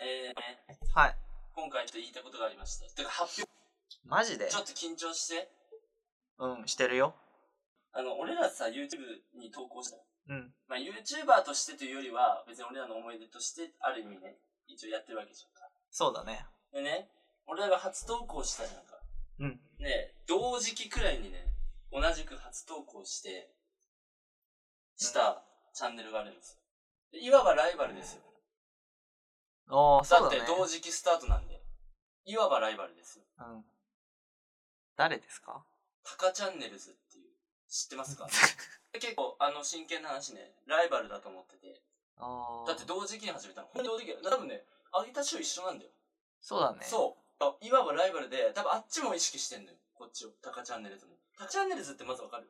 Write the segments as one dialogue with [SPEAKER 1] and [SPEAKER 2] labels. [SPEAKER 1] えー、ね、
[SPEAKER 2] はい。
[SPEAKER 1] 今回ちょっと言いたいことがありました。てか発表、
[SPEAKER 2] マジで
[SPEAKER 1] ちょっと緊張して。
[SPEAKER 2] うん、してるよ。
[SPEAKER 1] あの、俺らさ、YouTube に投稿した。
[SPEAKER 2] うん。
[SPEAKER 1] まあ、YouTuber としてというよりは、別に俺らの思い出として、ある意味ね、一応やってるわけじゃんか。
[SPEAKER 2] そうだね。
[SPEAKER 1] でね、俺らが初投稿したじゃんか。
[SPEAKER 2] うん。
[SPEAKER 1] ね、同時期くらいにね、同じく初投稿して、したチャンネルがあるんですよ。でいわばライバルですよ。
[SPEAKER 2] おー、そ
[SPEAKER 1] だっ
[SPEAKER 2] うだ
[SPEAKER 1] て
[SPEAKER 2] ね。
[SPEAKER 1] 同時期スタートなんで。いわばライバルですよ。
[SPEAKER 2] うん。誰ですか
[SPEAKER 1] タカチャンネルズっていう、知ってますか結構、あの、真剣な話ね、ライバルだと思ってて。
[SPEAKER 2] あー
[SPEAKER 1] だって同時期に始めたの。本当に同時期。多分ね、上げた週一緒なんだよ。
[SPEAKER 2] そうだね。
[SPEAKER 1] そう。あいわばライバルで、多分あっちも意識してんのよ。こっちを。タカチャンネルズも。タカチャンネルズってまずわかる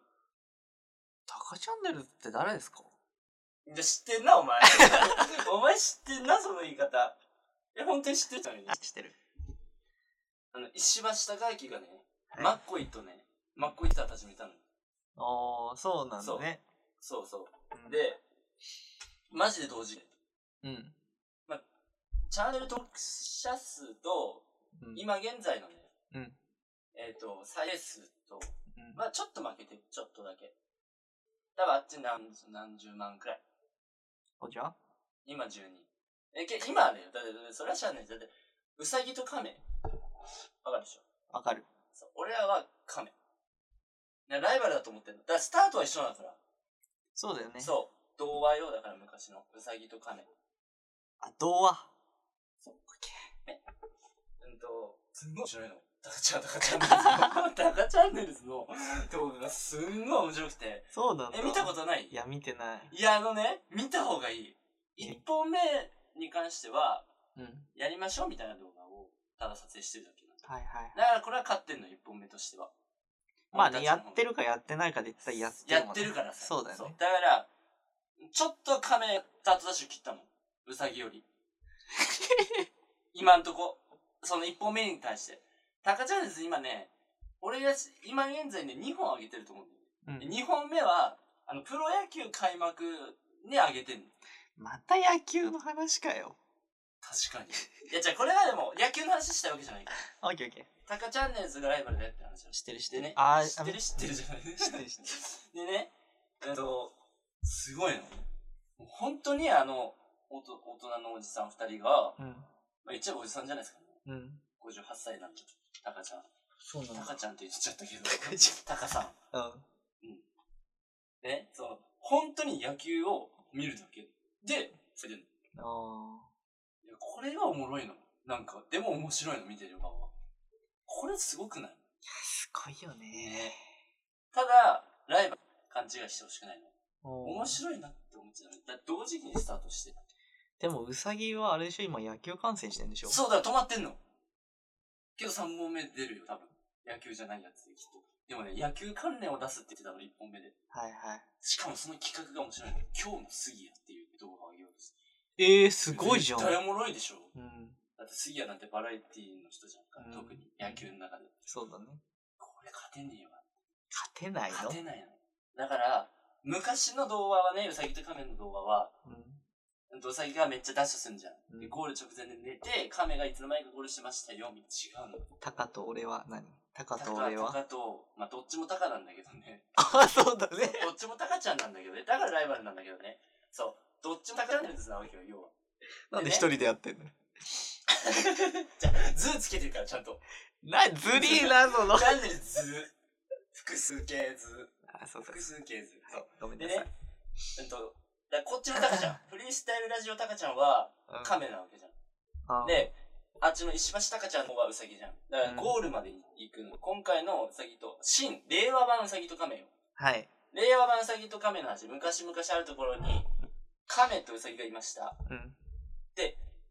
[SPEAKER 2] タカチャンネルって誰ですか
[SPEAKER 1] じゃ、知ってんな、お前。 お前知ってんな、その言い方。え、本当に知ってる人なのに。
[SPEAKER 2] してる。
[SPEAKER 1] あの、石橋貴明がね、
[SPEAKER 2] はい
[SPEAKER 1] マッコイとね、マッコイツアー始めたの。
[SPEAKER 2] おー、そうなんだね。
[SPEAKER 1] そうそう。
[SPEAKER 2] うん、
[SPEAKER 1] で、マジで同時。
[SPEAKER 2] うん。
[SPEAKER 1] チャンネル登録者数と、
[SPEAKER 2] うん、
[SPEAKER 1] 今現在のね、
[SPEAKER 2] うん
[SPEAKER 1] えっ、と、再生数と、
[SPEAKER 2] うん
[SPEAKER 1] まあちょっと負けてる、ちょっとだけ。多分あっち何何十万くらい。
[SPEAKER 2] こんにちは
[SPEAKER 1] 今12。え、け今はね、だって、だってそれは知らない。だって、うさぎと亀。わかるでしょ
[SPEAKER 2] わかる。
[SPEAKER 1] そう俺らは亀。なライバルだと思ってるの。だからスタートは一緒だから。
[SPEAKER 2] そうだよね。
[SPEAKER 1] そう。童話よ、だから昔の。うさぎと亀。
[SPEAKER 2] あ、童話。
[SPEAKER 1] うんと、すんごい面白いの。タカちゃん、タカチャン ネルズの。タカチャンネルズの動画がすんごい面白くて。
[SPEAKER 2] そうなんだ。
[SPEAKER 1] え、見たことない
[SPEAKER 2] いや、見てない。
[SPEAKER 1] いや、あのね、見た方がいい。
[SPEAKER 2] え
[SPEAKER 1] 一本目に関しては、
[SPEAKER 2] うん。
[SPEAKER 1] やりましょうみたいな動画を、ただ撮影してるだけなんだ。
[SPEAKER 2] はいはい。
[SPEAKER 1] だからこれは勝ってんの、一本目としては。
[SPEAKER 2] まあね、
[SPEAKER 1] 俺たち
[SPEAKER 2] や
[SPEAKER 1] の方
[SPEAKER 2] ってるかやってないかで絶対やってる
[SPEAKER 1] や
[SPEAKER 2] もんね
[SPEAKER 1] ってるからさ。
[SPEAKER 2] そうだよね。
[SPEAKER 1] だから、ちょっと亀、スタートダッシュ切ったもん。うさぎより。 今んとこ。その一本目に対して。タカチャンネルズ今ね、俺がし今現在ね、2本上げてると思うんだよね。
[SPEAKER 2] うん
[SPEAKER 1] で2本目は、あの、プロ野球開幕に上げてんの。
[SPEAKER 2] また野球の話かよ。
[SPEAKER 1] 確かに。いや、じゃあこれはでも、野球の話したわけじゃないから。
[SPEAKER 2] オッケーオッケ
[SPEAKER 1] タカチャンネルズがライバルだよって話を
[SPEAKER 2] ー。
[SPEAKER 1] し
[SPEAKER 2] 知ってる知ってて
[SPEAKER 1] ね
[SPEAKER 2] る。。あー
[SPEAKER 1] 知ってる知ってるじゃない。
[SPEAKER 2] 知ってる知ってる。
[SPEAKER 1] でね、えっと、すごいの。もう本当にあの、おと大人のおじさん二人が、
[SPEAKER 2] うん。
[SPEAKER 1] まあ、言っちゃえばおじさんじゃないですか、ね。
[SPEAKER 2] うん。
[SPEAKER 1] 58歳なんで、タカちゃん。
[SPEAKER 2] そう
[SPEAKER 1] タ
[SPEAKER 2] ん
[SPEAKER 1] カちゃんって言っちゃったけど、
[SPEAKER 2] タカち
[SPEAKER 1] タカさん。
[SPEAKER 2] だ。
[SPEAKER 1] ね、その、本当に野球を見るだけ。で、それで、い
[SPEAKER 2] うん。あ
[SPEAKER 1] やこれがおもろいの。なんか、でも面白いの見てる側は。これすごくない
[SPEAKER 2] ー。すごいよね。
[SPEAKER 1] ただ、ライバル勘違いしてほしくないの。
[SPEAKER 2] 面
[SPEAKER 1] 面白いなって思っちゃダメ。だって同時期にスタートして。
[SPEAKER 2] でも、うさぎはあれでしょ今野球観戦してんでしょ
[SPEAKER 1] そうだ、止まってんの。けど3本目出るよ、多分。野球じゃないやつできっと。でもね、野球関連を出すって言ってたの、1本目で。
[SPEAKER 2] はいはい。
[SPEAKER 1] しかもその企画が面白いの。今日の杉谷っていう動画を上げようとして。
[SPEAKER 2] えー、すごいじゃん。
[SPEAKER 1] 絶対おもろいでしょ。
[SPEAKER 2] うん。
[SPEAKER 1] だって杉谷なんてバラエティの人じゃんか。
[SPEAKER 2] うん
[SPEAKER 1] 特に野球の中で。
[SPEAKER 2] そうだね。
[SPEAKER 1] これ勝てねえわ。
[SPEAKER 2] 勝てないの
[SPEAKER 1] 勝てないの。だから、昔の動画はね、うさぎと亀の動画は、うんとうさぎがめっちゃダッシュすんじゃん。
[SPEAKER 2] うん
[SPEAKER 1] でゴール直前で寝て、亀がいつの間にかゴールしてましたよ、みたいな違うの。
[SPEAKER 2] タカと俺は何タカ
[SPEAKER 1] タカ
[SPEAKER 2] と俺は
[SPEAKER 1] タカと、まあ、どっちもタカなんだけど ね。
[SPEAKER 2] あ、そうだね。
[SPEAKER 1] どっちもタカちゃんなんだけどね。だからライバルなんだけどね。そう。どっちもタカチャンネルズなわけよ、要は。
[SPEAKER 2] なんで一人でやってんの
[SPEAKER 1] じゃあ、図つけてるから、ちゃんと。
[SPEAKER 2] な、ずりーな、その。
[SPEAKER 1] チャンネルズ。複数形図。
[SPEAKER 2] あ、そうそう
[SPEAKER 1] 複。数形図。
[SPEAKER 2] は
[SPEAKER 1] そ。
[SPEAKER 2] いうごめん
[SPEAKER 1] で
[SPEAKER 2] なさい
[SPEAKER 1] ね。、うんと、だからこっちのタカ ちゃん、フリースタイルラジオタカちゃんは、
[SPEAKER 2] うん
[SPEAKER 1] カメなわけじゃん。
[SPEAKER 2] あ
[SPEAKER 1] で、あっちの石橋貴ちゃんの方はウサギじゃん。だからゴールまで行くの。今回のウサギと、新、令和版ウサギと亀よ。
[SPEAKER 2] はい。
[SPEAKER 1] 令和版ウサギと亀の話、昔々あるところに、亀とウサギがいました。
[SPEAKER 2] うん。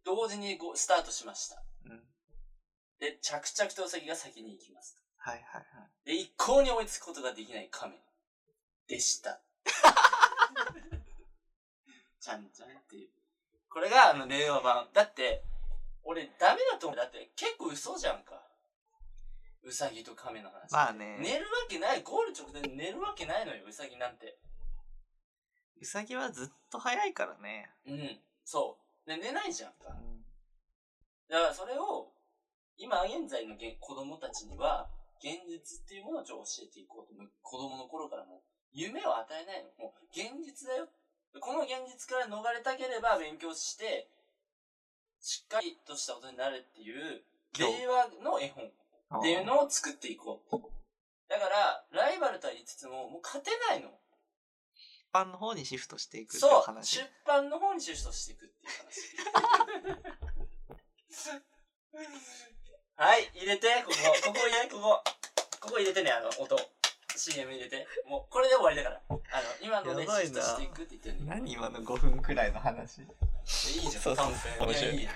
[SPEAKER 1] 同時にごスタートしました。
[SPEAKER 2] うん。
[SPEAKER 1] で、着々とウサギが先に行きます。
[SPEAKER 2] はいはいはい。
[SPEAKER 1] で、一向に追いつくことができない亀で した。ちゃんちゃんっていう。これが、あの、令和版。だって、俺、ダメだと思う。だって、結構嘘じゃんか。うさぎと亀の話。
[SPEAKER 2] まあね
[SPEAKER 1] 寝るわけない。ゴール直前で寝るわけないのよ、うさぎなんて。
[SPEAKER 2] うさぎはずっと早いからね。
[SPEAKER 1] うん。そう。で、寝ないじゃんか。だからそれを、今現在のげ子供たちには、現実っていうものをちょっと教えていこうと。もう子供の頃からもう、夢を与えないの。もう、現実だよ。この現実から逃れたければ勉強して、しっかりとしたことになるっていう、
[SPEAKER 2] 今日
[SPEAKER 1] 令和の絵本。
[SPEAKER 2] あー
[SPEAKER 1] っていうのを作っていこう。だから、ライバルとは言いつつも、もう勝てないの。
[SPEAKER 2] 出版の方にシフトしていくってい
[SPEAKER 1] そうう、
[SPEAKER 2] 話
[SPEAKER 1] 出版の方にシフトしていくっていう話。 はい、入れて、ここ、ここ入れて、ここ。ここ入れてね、あの、音。CM 入れて。もう、これで終わりだから。あの、今のね
[SPEAKER 2] やば、い
[SPEAKER 1] シフ
[SPEAKER 2] な
[SPEAKER 1] トしていくって言ってるの。
[SPEAKER 2] 何今の5分くらいの話
[SPEAKER 1] いいじゃん、
[SPEAKER 2] そうそう
[SPEAKER 1] 短編。
[SPEAKER 2] 面
[SPEAKER 1] い
[SPEAKER 2] 白
[SPEAKER 1] や
[SPEAKER 2] い
[SPEAKER 1] いいよ